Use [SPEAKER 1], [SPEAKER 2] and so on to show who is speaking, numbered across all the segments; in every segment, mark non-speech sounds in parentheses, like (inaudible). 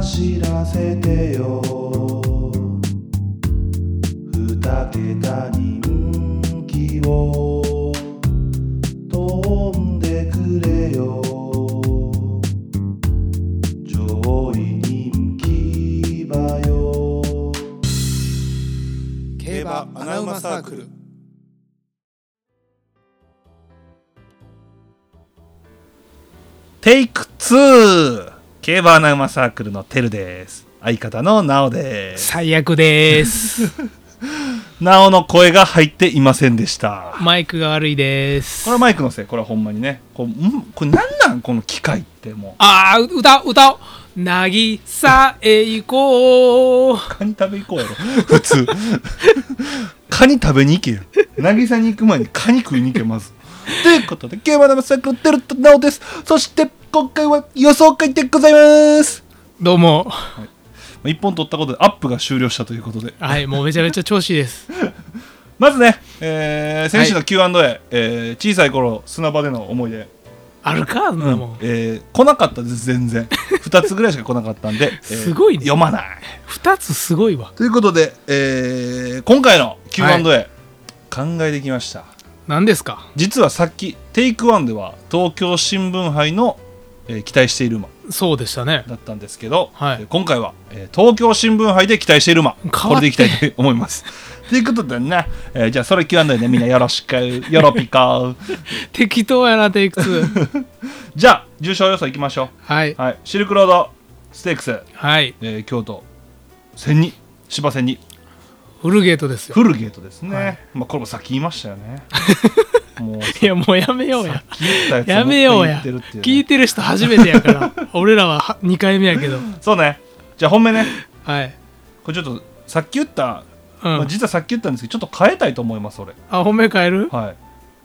[SPEAKER 1] 走らせてよ二桁人気を飛んでくれよ上位人気馬よ
[SPEAKER 2] 競馬アナウマサークル
[SPEAKER 3] テイク2競馬アナウマサークルのテルです相方のナオです
[SPEAKER 4] 最悪です。
[SPEAKER 3] ナオの声が入っていませんでした
[SPEAKER 4] マイクが悪いです。
[SPEAKER 3] これはマイクのせいこれはほんまにねこうんこれなんなんこの機械っても
[SPEAKER 4] ああ、歌おう、歌おう。なぎさへ行こう。
[SPEAKER 3] うカニ食べ行こうやろ普
[SPEAKER 4] (laughs)
[SPEAKER 3] 通カニ食べに行けよ渚に行く前にカニ食いに行けまずということで競馬アナウマサークルテルとナオですそして今回は予想会でございます
[SPEAKER 4] どうも。
[SPEAKER 3] 一本取ったことでアップが終了したということで
[SPEAKER 4] はい、もうめちゃめちゃ調子いいです。
[SPEAKER 3] まずね、えー、選手の Q&A、えー小さい頃砂場での思い出、
[SPEAKER 4] あるか、そんなもん。
[SPEAKER 3] えー来なかったです全然2つぐらいしか来なかった
[SPEAKER 4] (laughs)
[SPEAKER 3] んで、えー
[SPEAKER 4] すごいね
[SPEAKER 3] 読まない
[SPEAKER 4] 二つすごいわ。
[SPEAKER 3] ということで、えー今回の Q&A、
[SPEAKER 4] は
[SPEAKER 3] 考えてきました
[SPEAKER 4] 何ですか
[SPEAKER 3] 実はさっきテイクワンでは東京新聞杯の、えー期待している馬
[SPEAKER 4] そうでしたね。
[SPEAKER 3] だったんですけど、
[SPEAKER 4] はい
[SPEAKER 3] えー今回は、えー東京新聞杯で期待している馬
[SPEAKER 4] って
[SPEAKER 3] これでいきたいと思い
[SPEAKER 4] (laughs)
[SPEAKER 3] ます。ということでね、えーじゃあそれ Q&A でみんなよろしくよろぴか
[SPEAKER 4] 適当やな、テイク2。
[SPEAKER 3] (laughs) じゃあ重賞予想いきましょ
[SPEAKER 4] はい。
[SPEAKER 3] う、はい、シルクロードステークス、
[SPEAKER 4] はい。
[SPEAKER 3] えー京都千二芝千二
[SPEAKER 4] フルゲートですよ。
[SPEAKER 3] フルゲートですね、
[SPEAKER 4] はい
[SPEAKER 3] まあこれもさっき言いましたよ
[SPEAKER 4] (laughs)
[SPEAKER 3] ねもう
[SPEAKER 4] いや、もうやめよう
[SPEAKER 3] (laughs)
[SPEAKER 4] や。
[SPEAKER 3] 聞いたやつ
[SPEAKER 4] やめようや。
[SPEAKER 3] 持って言ってるっていう
[SPEAKER 4] 聞
[SPEAKER 3] ね
[SPEAKER 4] いてる人初めてやから。俺らはは二回目やけど。
[SPEAKER 3] そうねじゃあ本命ね
[SPEAKER 4] はい。
[SPEAKER 3] これちょっとさっき言った、
[SPEAKER 4] う
[SPEAKER 3] まあ、
[SPEAKER 4] ん。
[SPEAKER 3] 実はさっき言ったんですけどちょっと変えたいと思います俺
[SPEAKER 4] あ、本命変える
[SPEAKER 3] はい、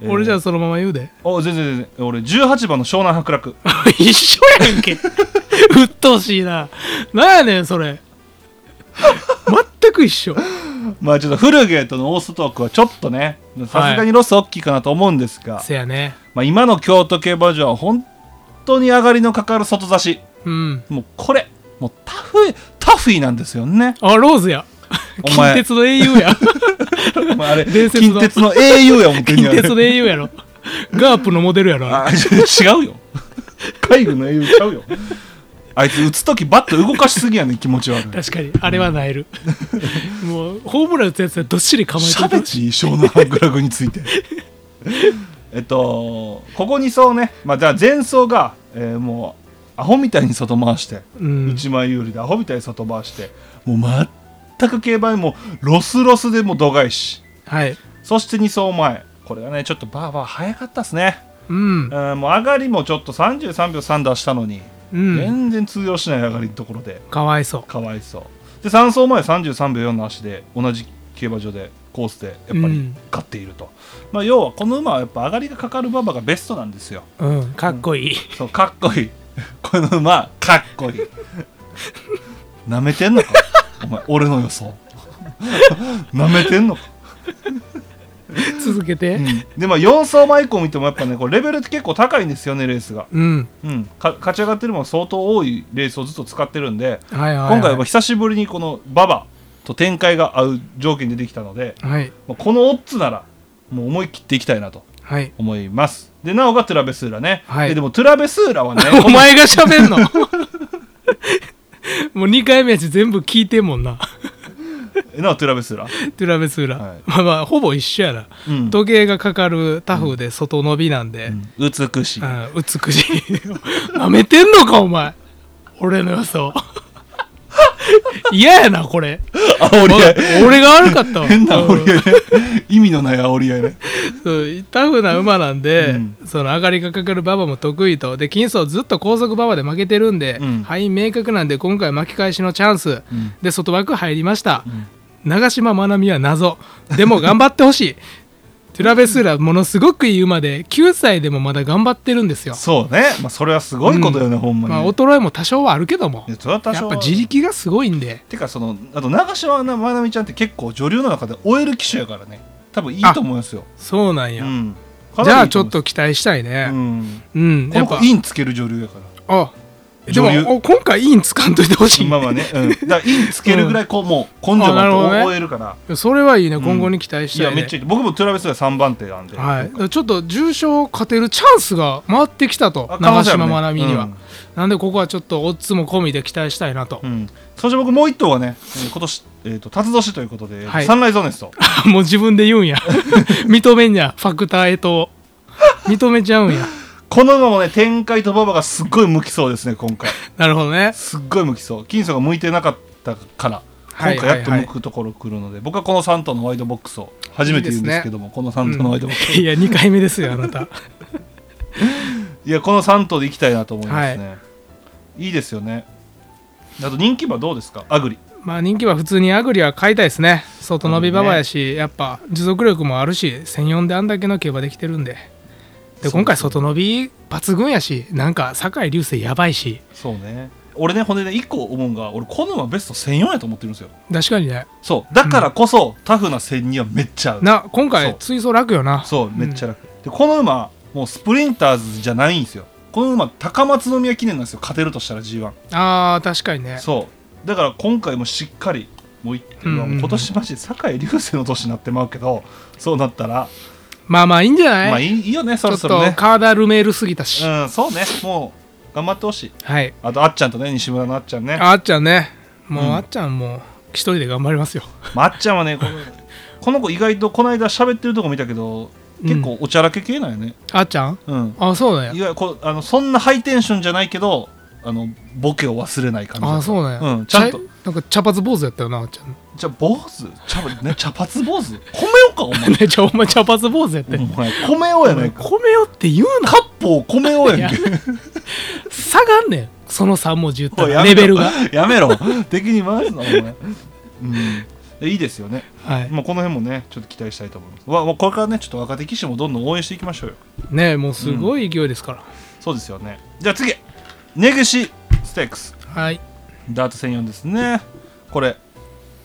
[SPEAKER 3] えー
[SPEAKER 4] 俺じゃあそのまま言うで。
[SPEAKER 3] お全然全然俺18番の湘南白楽
[SPEAKER 4] (laughs) 一緒やんけ鬱陶しいななんやねんそれ全く一緒
[SPEAKER 3] まあちょっとフルゲートのオーストークはちょっとねさすがにロス大きいかなと思うんですが、
[SPEAKER 4] せやね
[SPEAKER 3] まあ、今の京都競馬場は本当に上がりのかかる外差し
[SPEAKER 4] うん
[SPEAKER 3] もうこれもうタフタフィーなんですよね
[SPEAKER 4] あローズや
[SPEAKER 3] お前
[SPEAKER 4] 近鉄の英雄や
[SPEAKER 3] まああれ
[SPEAKER 4] 伝説
[SPEAKER 3] 近
[SPEAKER 4] の
[SPEAKER 3] 鉄の英雄や思ってん
[SPEAKER 4] 近
[SPEAKER 3] や
[SPEAKER 4] 鉄の英雄やろガープのモデルやろあ
[SPEAKER 3] あ違うよ海軍の英雄ちゃうよあいつ打つ時バット動かしすぎやねん気持ち悪い
[SPEAKER 4] れ確かにあれはなえるもうホームラン打つやつはどっしり構えて
[SPEAKER 3] しゃべち湘南ハグラグについてえっとここ2走ね、まあ、じゃあ前走が、えーもうアホみたいに外回して、
[SPEAKER 4] うん
[SPEAKER 3] 一枚有利でアホみたいに外回してもう全く競馬にもうロスロスでもう度外視
[SPEAKER 4] はい
[SPEAKER 3] そして2走前これがねちょっとバーバー早かったですね、
[SPEAKER 4] うん
[SPEAKER 3] うん、もう上がりもちょっと33秒3出したのに、
[SPEAKER 4] うん
[SPEAKER 3] 全然通用しない上がりのところで
[SPEAKER 4] かわいそう
[SPEAKER 3] かわいそうで3走前33秒4の足で同じ競馬場でコースでやっぱり
[SPEAKER 4] うん
[SPEAKER 3] 勝っていると、まあ、要はこの馬はやっぱ上がりがかかる馬場がベストなんですよ
[SPEAKER 4] うんかっこいい、
[SPEAKER 3] そうかっこいい (laughs) この馬かっこいいなめてんのかお前俺の予想 (laughs) なめてんのか、
[SPEAKER 4] 続けて
[SPEAKER 3] でまあ4走前以降見てもやっぱねこれレベルって結構高いんですよねレースが、
[SPEAKER 4] うん、
[SPEAKER 3] うん、か勝ち上がってる馬も相当多いレースをずっと使ってるんで、
[SPEAKER 4] はいはい、はい、
[SPEAKER 3] 今回は久しぶりにこの馬場と展開が合う条件でできたので、
[SPEAKER 4] はい
[SPEAKER 3] まあこのオッズならもう思い切っていきたいなと
[SPEAKER 4] はい
[SPEAKER 3] 思いますでなおがトゥラベスーラね、
[SPEAKER 4] はい
[SPEAKER 3] ででもトゥラベスーラはね (laughs)
[SPEAKER 4] お前が喋んの (laughs) もう2回目やし全部聞いてんもんな (laughs)
[SPEAKER 3] なおトゥラベスーラ、
[SPEAKER 4] トゥラベスーラ、
[SPEAKER 3] はい
[SPEAKER 4] まあまあほぼ一緒やな、
[SPEAKER 3] うん
[SPEAKER 4] 時計がかかるタフで外伸びなんで、うん
[SPEAKER 3] 美しい、
[SPEAKER 4] 美しい (laughs) なめてんのかお前俺の予想 (laughs) 嫌やなこれ
[SPEAKER 3] 煽り合い
[SPEAKER 4] 俺が悪かったわ
[SPEAKER 3] (laughs) 変な煽り合いね意味のない煽り合いね
[SPEAKER 4] そうタフな馬なんで、
[SPEAKER 3] うん
[SPEAKER 4] その上がりがかかる馬場も得意とで金層ずっと高速馬場で負けてるんで、
[SPEAKER 3] うん
[SPEAKER 4] 敗因明確なんで今回巻き返しのチャンス、
[SPEAKER 3] ん
[SPEAKER 4] で外枠入りました、長嶋愛美は謎でも頑張って
[SPEAKER 3] (laughs)
[SPEAKER 4] ほしいトゥラベスーラものすごくいい馬で9歳でもまだ頑張ってるんですよ、
[SPEAKER 3] そうね、まあ、それはすごいことよね、ほんまに、
[SPEAKER 4] まあ、衰えも多少はあるけども
[SPEAKER 3] いやそれは多
[SPEAKER 4] や
[SPEAKER 3] 少
[SPEAKER 4] っ
[SPEAKER 3] は
[SPEAKER 4] ぱ自力がすごいんで
[SPEAKER 3] てかそのあと長嶋まなみちゃんって結構女流の中で終える機種やからね多分いいと思いますよ、
[SPEAKER 4] そうなんや、
[SPEAKER 3] うん、
[SPEAKER 4] じゃあちょっと
[SPEAKER 3] か
[SPEAKER 4] 期待したい
[SPEAKER 3] なりいいと思い
[SPEAKER 4] ね
[SPEAKER 3] ます、
[SPEAKER 4] うん、
[SPEAKER 3] うん、
[SPEAKER 4] やっ
[SPEAKER 3] こ
[SPEAKER 4] ぱ
[SPEAKER 3] の子インつける女流やから
[SPEAKER 4] あでも
[SPEAKER 3] 女優
[SPEAKER 4] お今回インつかんといてほしい、
[SPEAKER 3] まあまあね、うん、だからインつけるぐらいこう、もう根性
[SPEAKER 4] あな
[SPEAKER 3] だ
[SPEAKER 4] るほ
[SPEAKER 3] と
[SPEAKER 4] どね
[SPEAKER 3] 覚えるから
[SPEAKER 4] (laughs) それはいいね
[SPEAKER 3] ん
[SPEAKER 4] 今後に期待し
[SPEAKER 3] い
[SPEAKER 4] た
[SPEAKER 3] や
[SPEAKER 4] い,、
[SPEAKER 3] め
[SPEAKER 4] ね
[SPEAKER 3] っちゃいい僕もトラベスが3番手なんで、
[SPEAKER 4] はい、だからちょっと重賞を勝てるチャンスが回ってきたと
[SPEAKER 3] あ可
[SPEAKER 4] 長
[SPEAKER 3] 能性あるね
[SPEAKER 4] 嶋愛美には、
[SPEAKER 3] うん
[SPEAKER 4] なんでここはちょっとオッズも込みで期待したいなと
[SPEAKER 3] う、ん、そして僕もう一頭はね、えー今年、えー、と辰年ということで、
[SPEAKER 4] はい
[SPEAKER 3] サンライズオネスト
[SPEAKER 4] (laughs) もう自分で
[SPEAKER 3] (laughs)
[SPEAKER 4] 言うんや認めんやファクターへと認めちゃうんや
[SPEAKER 3] この馬もね展開と馬場がすっごい向きそうですね今回
[SPEAKER 4] なるほどね
[SPEAKER 3] すっごい向きそう金層が向いてなかったから
[SPEAKER 4] はい
[SPEAKER 3] 今回やっと
[SPEAKER 4] はいは
[SPEAKER 3] 向
[SPEAKER 4] い
[SPEAKER 3] くところ来るので、僕はこの3頭のワイドボックスを初めて言うんですけどもこの3頭のワイドボックス、
[SPEAKER 4] いや2回目ですよあなた (laughs)
[SPEAKER 3] いやこの3頭でいきたいなと思いますね、い、いですよねあと人気馬どうですかアグリ
[SPEAKER 4] まあ人気は普通にアグリは買いたいですね外伸び馬場やし、やっぱ持続力もあるし1004であんだけの競馬できてるんでで今回外伸び抜群やしなんか酒井流星やばいし
[SPEAKER 3] そうね俺ねほんでね1個思うんが俺この馬ベスト1004やと思ってるんですよ
[SPEAKER 4] 確かにね
[SPEAKER 3] そうだからこそ、タフな線にはめっちゃ合う
[SPEAKER 4] な今
[SPEAKER 3] そ
[SPEAKER 4] 回
[SPEAKER 3] う
[SPEAKER 4] 追走楽よな
[SPEAKER 3] そうめっちゃ楽、でこの馬もうスプリンターズじゃないんですよこの馬高松宮記念なんですよ勝てるとしたら G1
[SPEAKER 4] あー確かにね
[SPEAKER 3] そうだから今回もしっかりもうい
[SPEAKER 4] うんうんうん
[SPEAKER 3] もう今年マジ酒井流星の年になってまうけどそうなったら
[SPEAKER 4] まあまあいいんじゃない、
[SPEAKER 3] まあいいいいよねそろそ
[SPEAKER 4] ちょ
[SPEAKER 3] ろ
[SPEAKER 4] っと
[SPEAKER 3] ね
[SPEAKER 4] 体ルメールすぎたし、
[SPEAKER 3] うんそうねもう頑張ってほしい
[SPEAKER 4] はい
[SPEAKER 3] あとあっちゃんとね西村のあっちゃんね
[SPEAKER 4] ああっちゃんねもう、
[SPEAKER 3] うん
[SPEAKER 4] あっちゃんもう一人で頑張りますよ
[SPEAKER 3] まああっちゃんはねこのこの子意外とこの間喋ってるとこ見たけど結構おちゃらけ系なんよね
[SPEAKER 4] あっちゃん
[SPEAKER 3] うん
[SPEAKER 4] あそう
[SPEAKER 3] い
[SPEAKER 4] だよ
[SPEAKER 3] わゆるこうあのそんなハイテンションじゃないけどあのボケを忘れない感じ
[SPEAKER 4] あそうだよ、
[SPEAKER 3] うんちゃんと
[SPEAKER 4] なんか茶髪坊主やったよなあっちゃん (laughs)
[SPEAKER 3] じゃあ坊主茶ね茶髪坊主米よかお前
[SPEAKER 4] (laughs) ねじゃあお前茶髪坊主やったよ、
[SPEAKER 3] お前米よやないか
[SPEAKER 4] 米よって言うな
[SPEAKER 3] カッポー米よやんけ
[SPEAKER 4] 下がんねんその3文字言った
[SPEAKER 3] おい
[SPEAKER 4] ら
[SPEAKER 3] やめ
[SPEAKER 4] レ
[SPEAKER 3] ろ
[SPEAKER 4] ベ
[SPEAKER 3] (laughs)
[SPEAKER 4] ルが
[SPEAKER 3] やめろ敵に回るなお前うんいいですよね、
[SPEAKER 4] はい
[SPEAKER 3] まあ、この辺もねちょっと期待したいと思いますわこれからねちょっと若手騎士もどんどん応援していきましょうよ
[SPEAKER 4] ねもうすごい勢いですから、
[SPEAKER 3] そうですよねじゃあ次ネグシステークス
[SPEAKER 4] はい
[SPEAKER 3] ダート専用ですねこれ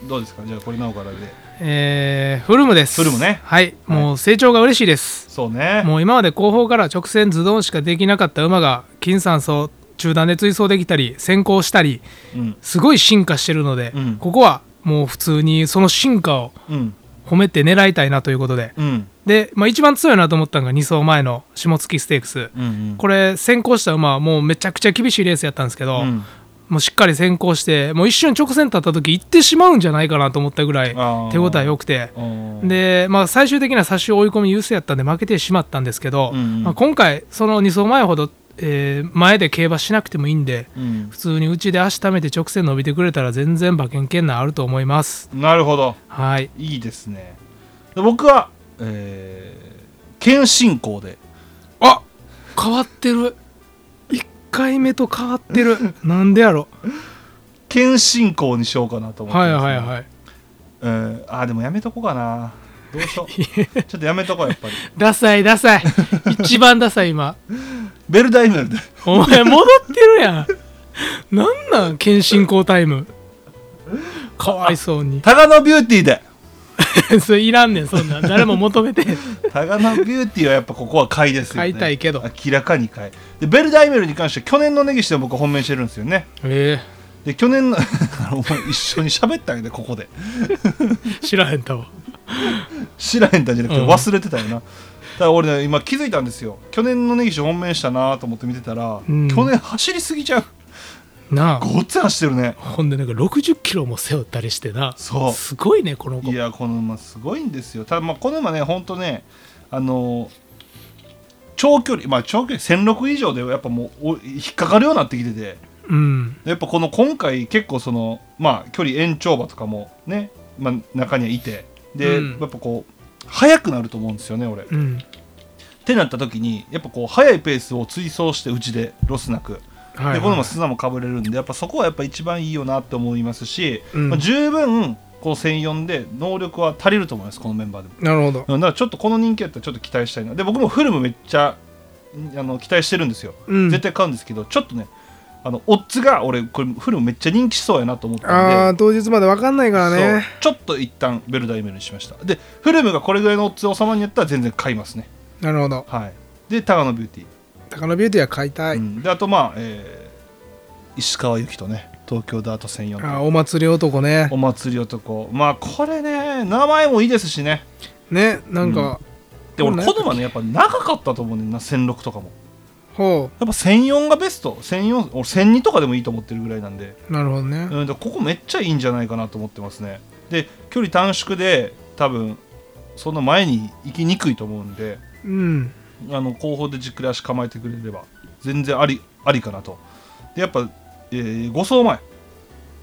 [SPEAKER 3] どうですかじゃあこれなおからで
[SPEAKER 4] えー、フルムです
[SPEAKER 3] フルムね
[SPEAKER 4] はいもう成長が嬉しいです、
[SPEAKER 3] そう (laughs) ね
[SPEAKER 4] もう今まで後方から直線ズドンしかできなかった馬が金三走中段で追走できたり先行したり
[SPEAKER 3] うん
[SPEAKER 4] すごい進化してるので、
[SPEAKER 3] うん
[SPEAKER 4] ここはもう普通にその進化を
[SPEAKER 3] うん
[SPEAKER 4] 褒めて狙いたいなということで
[SPEAKER 3] うん
[SPEAKER 4] で、まあ、一番強いなと思ったのが2走前の下月ステークス
[SPEAKER 3] うんうん
[SPEAKER 4] これ先行した馬はもうめちゃくちゃ厳しいレースやったんですけど、
[SPEAKER 3] うん
[SPEAKER 4] もうしっかり先行してもう一瞬直線立った時行ってしまうんじゃないかなと思ったぐらい
[SPEAKER 3] あー
[SPEAKER 4] 手応え良くて
[SPEAKER 3] うん
[SPEAKER 4] で、まあ、最終的な差し追い込み優勢やったんで負けてしまったんですけど、
[SPEAKER 3] うんうん
[SPEAKER 4] まあ、今回その2走前ほど、えー前で競馬しなくてもいいんで
[SPEAKER 3] うん
[SPEAKER 4] 普通にうちで足ためて直線伸びてくれたら全然馬券圏内あると思います
[SPEAKER 3] なるほど
[SPEAKER 4] はい
[SPEAKER 3] いいですねで僕はえー、謙信公で
[SPEAKER 4] あ変わってる1回目と変わって
[SPEAKER 3] (laughs)
[SPEAKER 4] るなんでやろ
[SPEAKER 3] 謙信公にしようかなと思って
[SPEAKER 4] はいは
[SPEAKER 3] い、
[SPEAKER 4] いはい
[SPEAKER 3] えー、あーでもやめとこうかなどうしよ
[SPEAKER 4] (laughs)
[SPEAKER 3] うちょっとやめとこうやっぱり
[SPEAKER 4] ダサいダサい一番ダサい今 (laughs)
[SPEAKER 3] ベルダイムで
[SPEAKER 4] お前戻ってるやんなんなん謙信公タイムかわいそうに
[SPEAKER 3] タガノビューティーで
[SPEAKER 4] (laughs) それいらんねんそんなん誰も求めてへん
[SPEAKER 3] タガノビューティーはやっぱここは買いですよね
[SPEAKER 4] 買いたいけど
[SPEAKER 3] 明らかに買いでベルダイメルに関しては去年の根岸で僕本命してるんですよね
[SPEAKER 4] え
[SPEAKER 3] で去年の (laughs) あのお前一緒に喋ったんやでここで
[SPEAKER 4] え知らへんたわ
[SPEAKER 3] 知らへんたんじゃなくて
[SPEAKER 4] うん
[SPEAKER 3] 忘れてたよな、だから俺ね今気づいたんですよ去年の根岸本命したなと思って見てたら、
[SPEAKER 4] うん
[SPEAKER 3] 去年走りすぎちゃう
[SPEAKER 4] なあ
[SPEAKER 3] ごっつ走ってるね
[SPEAKER 4] ほんでなんか60キロも背負ったりしてな
[SPEAKER 3] そう
[SPEAKER 4] すごいねこの子
[SPEAKER 3] いやこの馬すごいんですよただまあこの馬ねほんとねあのー長距離まあ長距離1006以上でやっぱもうお引っかかるようになってきてて
[SPEAKER 4] うん
[SPEAKER 3] やっぱこの今回結構そのまあ距離延長馬とかもね、まあ、中にはいてで、
[SPEAKER 4] うん
[SPEAKER 3] やっぱこう速くなると思うんですよね俺
[SPEAKER 4] うん
[SPEAKER 3] ってなった時にやっぱこう速いペースを追走してうちでロスなく、
[SPEAKER 4] はい
[SPEAKER 3] でこのも
[SPEAKER 4] はい
[SPEAKER 3] 砂もかぶれるんでやっぱそこはやっぱ一番いいよなって思いますし、
[SPEAKER 4] うん
[SPEAKER 3] まあ、十分こう1004で能力は足りると思いますこのメンバーでも、
[SPEAKER 4] なるほど
[SPEAKER 3] うん、だからちょっとこの人気やったらちょっと期待したいなで僕もフルムめっちゃんあの期待してるんですよ、
[SPEAKER 4] うん
[SPEAKER 3] 絶対買うんですけどちょっとねあのオッズが俺これフルムめっちゃ人気しそうやなと思ったんで
[SPEAKER 4] ああ当日まで分かんないからね
[SPEAKER 3] そうちょっと一旦ベルダイメルにしましたでフルムがこれぐらいのオッズを様にやったら全然買いますね
[SPEAKER 4] なるほど
[SPEAKER 3] はいで高野ビューティー
[SPEAKER 4] 高野ビューティーは買いたい、
[SPEAKER 3] うん、であとまあ、え石川由紀とね東京ダート専用
[SPEAKER 4] あお祭り男ね
[SPEAKER 3] お祭り男まあこれね名前もいいですしね
[SPEAKER 4] ねなんか、
[SPEAKER 3] で
[SPEAKER 4] これ
[SPEAKER 3] 俺
[SPEAKER 4] ね
[SPEAKER 3] 子供はねやっぱ長かったと思うねんな1006とかも
[SPEAKER 4] ほ
[SPEAKER 3] やっぱ1004がベスト1004俺1002とかでもいいと思ってるぐらいなんで、
[SPEAKER 4] うなるほどね
[SPEAKER 3] うん、だからここめっちゃいいんじゃないかなと思ってますねで距離短縮で多分その前に行きにくいと思うんで
[SPEAKER 4] うん
[SPEAKER 3] あの後方でじっくり足構えてくれれば全然ありありかなとでやっぱ、え5走前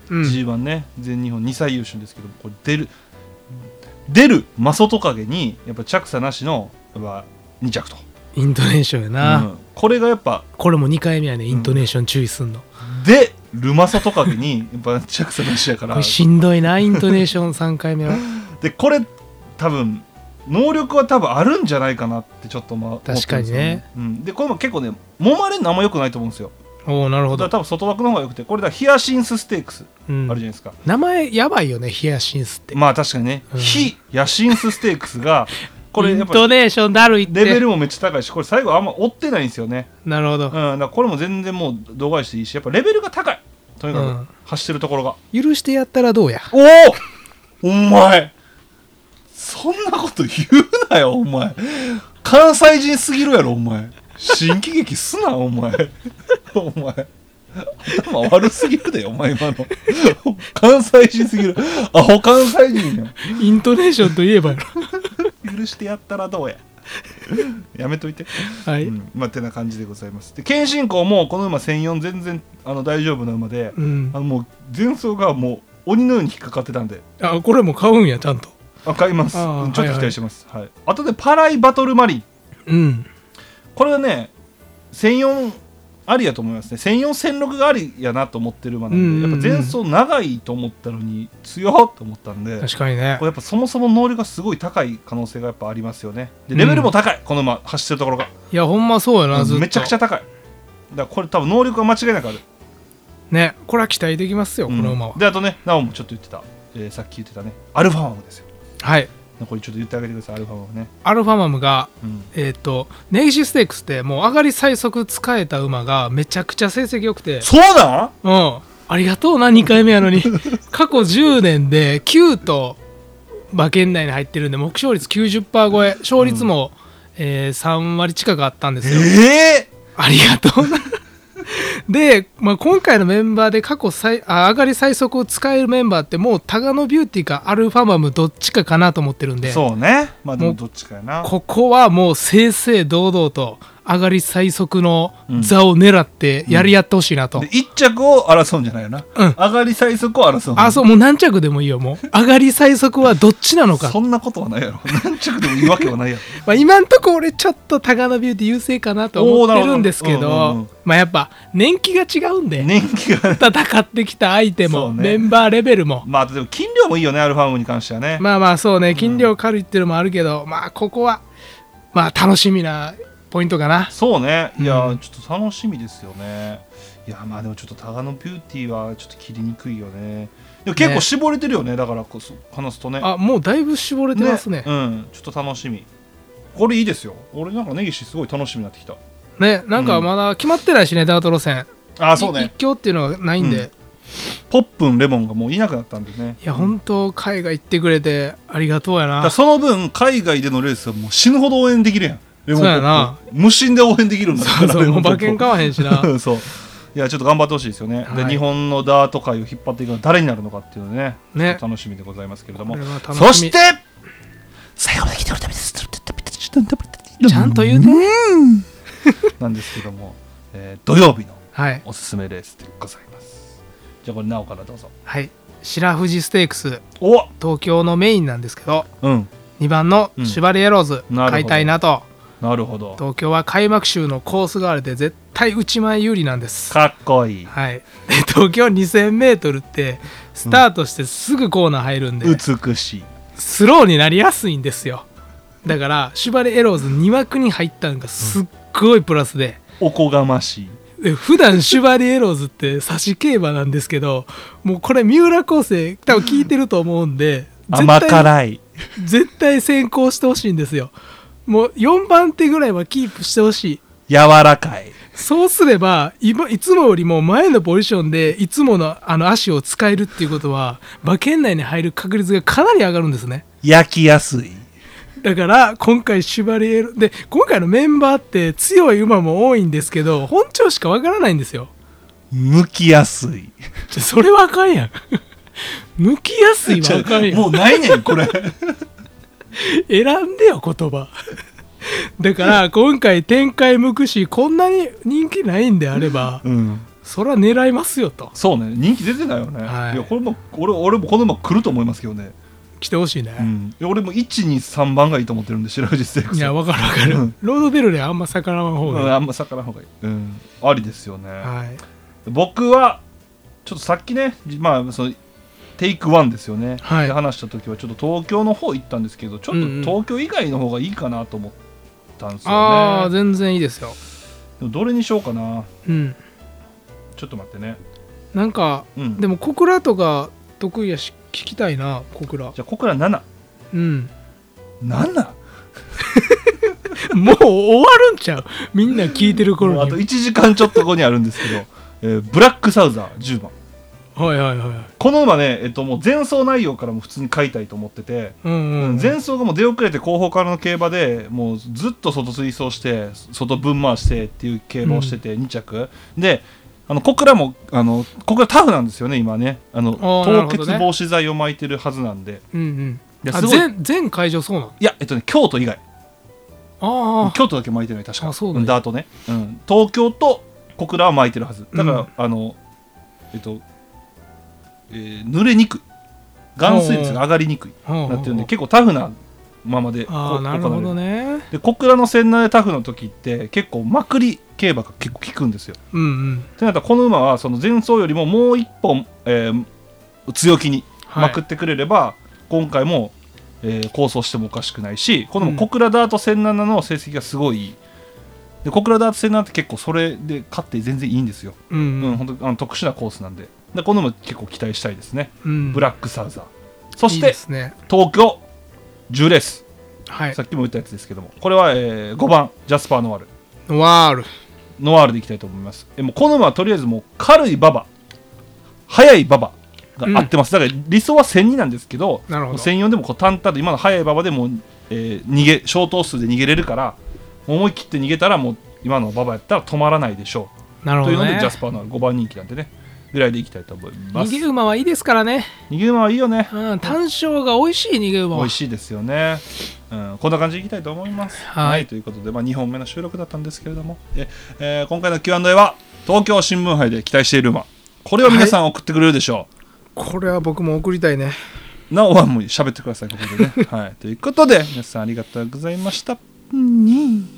[SPEAKER 4] うん
[SPEAKER 3] G1 ね全日本2歳優秀ですけどもこれ出る出るマソトカゲにやっぱ着差なしのやっぱ2着と、
[SPEAKER 4] イントネーションやな、
[SPEAKER 3] うんこれがやっぱ
[SPEAKER 4] これも2回目やねイントネーション注意すんの、
[SPEAKER 3] でるマソトカゲにやっぱ着差なしやか
[SPEAKER 4] こ
[SPEAKER 3] ら
[SPEAKER 4] れしんどいなイントネーション3回目は
[SPEAKER 3] でこれ多分能力は多分あるんじゃないかなってちょっとまあ思ってますよ
[SPEAKER 4] 確かにね、
[SPEAKER 3] うん、でこれも結構ね揉まれるのあんま良くないと思うんですよ
[SPEAKER 4] おおなるほ
[SPEAKER 3] だか
[SPEAKER 4] ど
[SPEAKER 3] ら、多分外枠の方が良くてこれだヒアシンスステークス
[SPEAKER 4] う
[SPEAKER 3] あ
[SPEAKER 4] ん
[SPEAKER 3] るじゃないですか、
[SPEAKER 4] 名前やばいよねヒアシンスって
[SPEAKER 3] まあ確かにね、
[SPEAKER 4] うん
[SPEAKER 3] 非ヤシンスステークスがこれや
[SPEAKER 4] イン
[SPEAKER 3] っぱり
[SPEAKER 4] トネーションだるいって
[SPEAKER 3] レベルもめっちゃ高いしこれ最後あんま追ってないんですよね、
[SPEAKER 4] なるほ
[SPEAKER 3] うん、だ
[SPEAKER 4] ど、
[SPEAKER 3] からこれも全然もう度外視いいしやっぱレベルが高いとに
[SPEAKER 4] う
[SPEAKER 3] か
[SPEAKER 4] ん
[SPEAKER 3] く走ってるところが、
[SPEAKER 4] 許してやったらどうや
[SPEAKER 3] おおお前そんなこと言うなよお前関西人すぎるやろお前新喜劇すなお前お前頭悪すぎるでお前今の関西人すぎるアホ関西人や
[SPEAKER 4] イントネーションとい (laughs) えばやろ
[SPEAKER 3] 許してやったらどうややめといて
[SPEAKER 4] はい、
[SPEAKER 3] う
[SPEAKER 4] うん
[SPEAKER 3] んまあ、てな感じでございますで謙信公もこの馬1004全然あの大丈夫な馬で、あのもう前走がもう鬼のように引っかかってたんで
[SPEAKER 4] あこれも買うんやちゃんと
[SPEAKER 3] あ買います
[SPEAKER 4] あー
[SPEAKER 3] うんちょっと
[SPEAKER 4] はいは
[SPEAKER 3] 期
[SPEAKER 4] い
[SPEAKER 3] 待してます、はいあとでパライバトルマリン
[SPEAKER 4] うん
[SPEAKER 3] これはね1004ありやと思いますね1004-1006がありやなと思ってる馬なんで、
[SPEAKER 4] うんうんうん
[SPEAKER 3] やっぱ前走長いと思ったのに強っと思ったんで
[SPEAKER 4] 確かにね
[SPEAKER 3] これやっぱそもそも能力がすごい高い可能性がやっぱありますよねでレベルも高い、この馬走ってるところが
[SPEAKER 4] いやほんまそうやなずっと
[SPEAKER 3] めちゃくちゃ高いだからこれ多分能力は間違いなくある
[SPEAKER 4] ねこれは期待できますよ、この馬は
[SPEAKER 3] うんであとねなおもちょっと言ってた、えーさっき言ってたねアルファマムですよ
[SPEAKER 4] はい
[SPEAKER 3] これちょっと言ってあげてくださいアルファマムね、
[SPEAKER 4] アルファマムが
[SPEAKER 3] うん
[SPEAKER 4] えっ、とネギシステークスってもう上がり最速使えた馬がめちゃくちゃ成績良くて
[SPEAKER 3] そうなん
[SPEAKER 4] うんありがとうな2回目や
[SPEAKER 3] (laughs)
[SPEAKER 4] のに過去10年で9と馬券内に入ってるんで目標率90%超え勝率も、えー3割近くあったんですよ
[SPEAKER 3] え
[SPEAKER 4] ありがとうな (laughs) で、まあ、今回のメンバーで過去最あ上がり最速を使えるメンバーってもうタガノビューティーかアルファマムどっちかかなと思ってるん
[SPEAKER 3] ー
[SPEAKER 4] で
[SPEAKER 3] そうねまあで
[SPEAKER 4] も
[SPEAKER 3] も
[SPEAKER 4] う
[SPEAKER 3] どっちかやな
[SPEAKER 4] ここはもう正々堂々と上がり最速の座を狙ってやり合ってほしいなと、
[SPEAKER 3] で1着を争うんじゃないよな、
[SPEAKER 4] うん
[SPEAKER 3] 上がり最速を争う
[SPEAKER 4] あそううもう何着でもいいよもう上がり最速はどっちなのか
[SPEAKER 3] そ、んなことはないやろ (laughs) 何着でもいいわけは
[SPEAKER 4] (laughs)
[SPEAKER 3] ないやろ
[SPEAKER 4] まあ、今んとこ俺ちょっと高野ビューティー優勢かなと思ってるんですけど
[SPEAKER 3] おーなるほどうんうんうん
[SPEAKER 4] まあやっぱ年季が違うんで、
[SPEAKER 3] 年季がね
[SPEAKER 4] 戦ってきた相手も、
[SPEAKER 3] そうね
[SPEAKER 4] メンバーレベルも
[SPEAKER 3] まああとでも金量もいいよねアルファマムに関してはね、
[SPEAKER 4] まあまあそうね金量軽いっていうのもあるけど、まあここはまあ楽しみなポイントかな
[SPEAKER 3] そうねいや、
[SPEAKER 4] うん
[SPEAKER 3] ちょっと楽しみですよねいやまあでもちょっとタガノビューティーはちょっと切りにくいよねでも結構
[SPEAKER 4] ね
[SPEAKER 3] 絞れてるよねだからこそ話すとね
[SPEAKER 4] あもうだいぶ絞れてますね
[SPEAKER 3] うんちょっと楽しみこれいいですよ俺なんか根岸すごい楽しみになってきた
[SPEAKER 4] ねなんかまだ決まってないしね、ダート路線
[SPEAKER 3] あそうね
[SPEAKER 4] 一強っていうのがないんで、
[SPEAKER 3] うんポップンレモンがもういなくなったんでね
[SPEAKER 4] いや本当海外行ってくれてありがとうや
[SPEAKER 3] だから
[SPEAKER 4] な
[SPEAKER 3] その分海外でのレースはもう死ぬほど応援できるやんレモンポップン
[SPEAKER 4] そうやな
[SPEAKER 3] 無心で応援できるんだ
[SPEAKER 4] そうそう
[SPEAKER 3] レ
[SPEAKER 4] も
[SPEAKER 3] モ
[SPEAKER 4] う
[SPEAKER 3] ンポッ
[SPEAKER 4] 馬
[SPEAKER 3] プン
[SPEAKER 4] 券買わへんしな
[SPEAKER 3] (laughs) そういやちょっと頑張ってほしいですよね、
[SPEAKER 4] は
[SPEAKER 3] で
[SPEAKER 4] い
[SPEAKER 3] 日本のダート界を引っ張っていくのは誰になるのかっていうのねち
[SPEAKER 4] ね
[SPEAKER 3] ょっと楽しみでございますけれども
[SPEAKER 4] これは楽しみ
[SPEAKER 3] そして最後まで来ておるためです
[SPEAKER 4] ちゃんと言うて
[SPEAKER 3] なんですけども、えー土曜日の
[SPEAKER 4] はい
[SPEAKER 3] おすすめレースでございますじゃあこれなおからどうぞ
[SPEAKER 4] はい白富士ステークス
[SPEAKER 3] お
[SPEAKER 4] 東京のメインなんですけど
[SPEAKER 3] うん
[SPEAKER 4] 2番の
[SPEAKER 3] うん
[SPEAKER 4] シュバリエローズ、
[SPEAKER 3] なるほど
[SPEAKER 4] 買いたいなと
[SPEAKER 3] なるほど
[SPEAKER 4] 東京は開幕週のコースがあるで絶対内前有利なんです
[SPEAKER 3] かっこいい
[SPEAKER 4] はいで東京 2000m ってスタートしてすぐコーナー入るんで、
[SPEAKER 3] 美しい
[SPEAKER 4] スローになりやすいんですよだからシュバレエローズ2枠に入ったのがすっごいプラスで
[SPEAKER 3] おこがましい
[SPEAKER 4] で普段シュバレエローズって指し競馬なんですけどもうこれ三浦高生多分聞いてると思うんで絶
[SPEAKER 3] 甘
[SPEAKER 4] 対
[SPEAKER 3] 辛い
[SPEAKER 4] 絶対先行してほしいんですよもう4番手ぐらいはキープしてほしい
[SPEAKER 3] 柔らかい。
[SPEAKER 4] そうすれば今いつもよりも前のポジションでいつものあの足を使えるっていうことは馬券内に入る確率がかなり上がるんですね
[SPEAKER 3] 焼きやすい。
[SPEAKER 4] だから今回シュバリエロで今回のメンバーって強い馬も多いんですけど本調しかわからないんですよ
[SPEAKER 3] 抜きやすい。
[SPEAKER 4] ちょそれはあかんやん (laughs) 抜きやすいはあかんやん
[SPEAKER 3] もうないねん、これ。
[SPEAKER 4] 選んでよ言葉 (laughs) だから今回展開向くしこんなに人気ないんであれば
[SPEAKER 3] うん。
[SPEAKER 4] そら狙いますよと
[SPEAKER 3] そうね、人気出てないよね。
[SPEAKER 4] はい
[SPEAKER 3] いや、これも、俺、俺もこの馬来ると思いますけどね。
[SPEAKER 4] 来てほしいね、
[SPEAKER 3] うん。いや俺も1、2、3番がいいと思ってるんで、白藤ステーク
[SPEAKER 4] い
[SPEAKER 3] ス。
[SPEAKER 4] や分かる分かる、
[SPEAKER 3] うん
[SPEAKER 4] ロードベルであんま逆らわん方がいい、
[SPEAKER 3] うん、あんま逆らう方がいい。うん。ありですよね。
[SPEAKER 4] はい
[SPEAKER 3] 僕はちょっとさっきねじまあそのテイクワンですよね、
[SPEAKER 4] はい
[SPEAKER 3] で話した時はちょっと東京の方行ったんですけどちょっ
[SPEAKER 4] う
[SPEAKER 3] と
[SPEAKER 4] んうん
[SPEAKER 3] 東京以外の方がいいかなと思ったんです
[SPEAKER 4] あ
[SPEAKER 3] よね、
[SPEAKER 4] あ全然いいですよ
[SPEAKER 3] でもどれにしようかな
[SPEAKER 4] うん
[SPEAKER 3] ちょっと待ってね、
[SPEAKER 4] なんか
[SPEAKER 3] うん、
[SPEAKER 4] でも小倉とか得意やし聞きたいな小倉
[SPEAKER 3] じゃあ小倉77
[SPEAKER 4] うん
[SPEAKER 3] 7
[SPEAKER 4] もう終わるんちゃうみんな聞いてる
[SPEAKER 3] これ
[SPEAKER 4] 頃
[SPEAKER 3] あと
[SPEAKER 4] に
[SPEAKER 3] 1時間ちょっと後にあるんですけど、 (laughs) えーブラックサウザー10番
[SPEAKER 4] はいはいはい
[SPEAKER 3] この馬ね、えっと、もう前走内容からも普通に買いたいと思ってて、
[SPEAKER 4] うんうん、
[SPEAKER 3] 前走がもう出遅れて後方からの競馬でもうずっと外追走して外分回してっていう競馬をしてて2着、であの小倉もあの小倉タフなんですよね今ねあの
[SPEAKER 4] あーなる
[SPEAKER 3] 凍
[SPEAKER 4] ほ
[SPEAKER 3] 結
[SPEAKER 4] どね
[SPEAKER 3] 防止剤を巻いてるはずなんで
[SPEAKER 4] うんうん
[SPEAKER 3] いや
[SPEAKER 4] あ
[SPEAKER 3] すごい
[SPEAKER 4] 全全会場そうなの
[SPEAKER 3] いやえっとね京都以外
[SPEAKER 4] あ
[SPEAKER 3] 京都だけ巻いてない確か
[SPEAKER 4] あそうなんや
[SPEAKER 3] ダートね、うん、東京と小倉は巻いてるはずだから、
[SPEAKER 4] うん
[SPEAKER 3] あのえっと、えー濡れにくい含水率が上がりにくい
[SPEAKER 4] あ
[SPEAKER 3] なってるんで結構タフなままでこう
[SPEAKER 4] ああな
[SPEAKER 3] 行
[SPEAKER 4] る
[SPEAKER 3] われ
[SPEAKER 4] ほどね
[SPEAKER 3] で小倉の千七でタフの時って結構まくり競馬が結構効くんですよ。
[SPEAKER 4] うんうん
[SPEAKER 3] ってなったらこの馬はその前走よりももう一本、えー強気に
[SPEAKER 4] はい
[SPEAKER 3] まくってくれれば、今回も、えー、構想してもおかしくないしこ
[SPEAKER 4] う
[SPEAKER 3] の
[SPEAKER 4] ん
[SPEAKER 3] 小倉ダート千七の成績がすごいいい。で小倉ダート千七って結構それで勝って全然いいんですよ。
[SPEAKER 4] う
[SPEAKER 3] うんん、
[SPEAKER 4] うん、
[SPEAKER 3] 本当あの特殊なコースなんで。でこの馬結構期待したいですね。
[SPEAKER 4] うん、
[SPEAKER 3] ブラックサウザー。そし
[SPEAKER 4] いい
[SPEAKER 3] て
[SPEAKER 4] ですね
[SPEAKER 3] 東京10レース。
[SPEAKER 4] はい
[SPEAKER 3] さっきも言ったやつですけども、これは、えー5番、ジャスパー・ノワール。
[SPEAKER 4] ワール
[SPEAKER 3] ノワールでいきたいと思います。えもうこの馬はとりあえずもう軽い馬場、速い馬場が合ってます。だから理想は1002なんですけど、
[SPEAKER 4] なるほど
[SPEAKER 3] 1004でもこう淡々と今の速い馬場でもう、えー逃げ、消灯数で逃げれるから、もう思い切って逃げたらもう今の馬場やったら止まらないでしょ
[SPEAKER 4] な
[SPEAKER 3] う。
[SPEAKER 4] るほ
[SPEAKER 3] という
[SPEAKER 4] ど
[SPEAKER 3] ので、
[SPEAKER 4] ね
[SPEAKER 3] ジャスパー・ノワール5番人気なんでね、ぐらいでいきたいと思います。
[SPEAKER 4] 逃げ馬はいいですからね、
[SPEAKER 3] 逃げ馬はいいよね。
[SPEAKER 4] うん、単勝が美味しい逃げ馬
[SPEAKER 3] 美
[SPEAKER 4] は
[SPEAKER 3] 味しいですよね、うん、こんな感じでいきたいと思います。
[SPEAKER 4] はい
[SPEAKER 3] ということで、まあ、2本目の収録だったんですけれどもえ、えー今回の Q&A は東京新聞杯で期待している馬これを皆さん送ってくれるでしょ
[SPEAKER 4] これは僕も送りたいね
[SPEAKER 3] う、なおはもう喋ってくださいここでね、
[SPEAKER 4] (laughs)
[SPEAKER 3] はい、ということで皆さんありがとうございました。に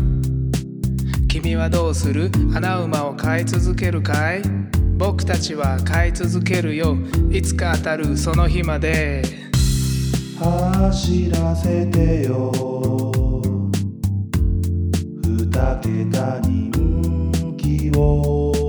[SPEAKER 4] 君はどうする穴馬を飼い続けるかい僕たちは飼い続けるよいつか当たるその日まで
[SPEAKER 1] 走らせてよ二桁人気を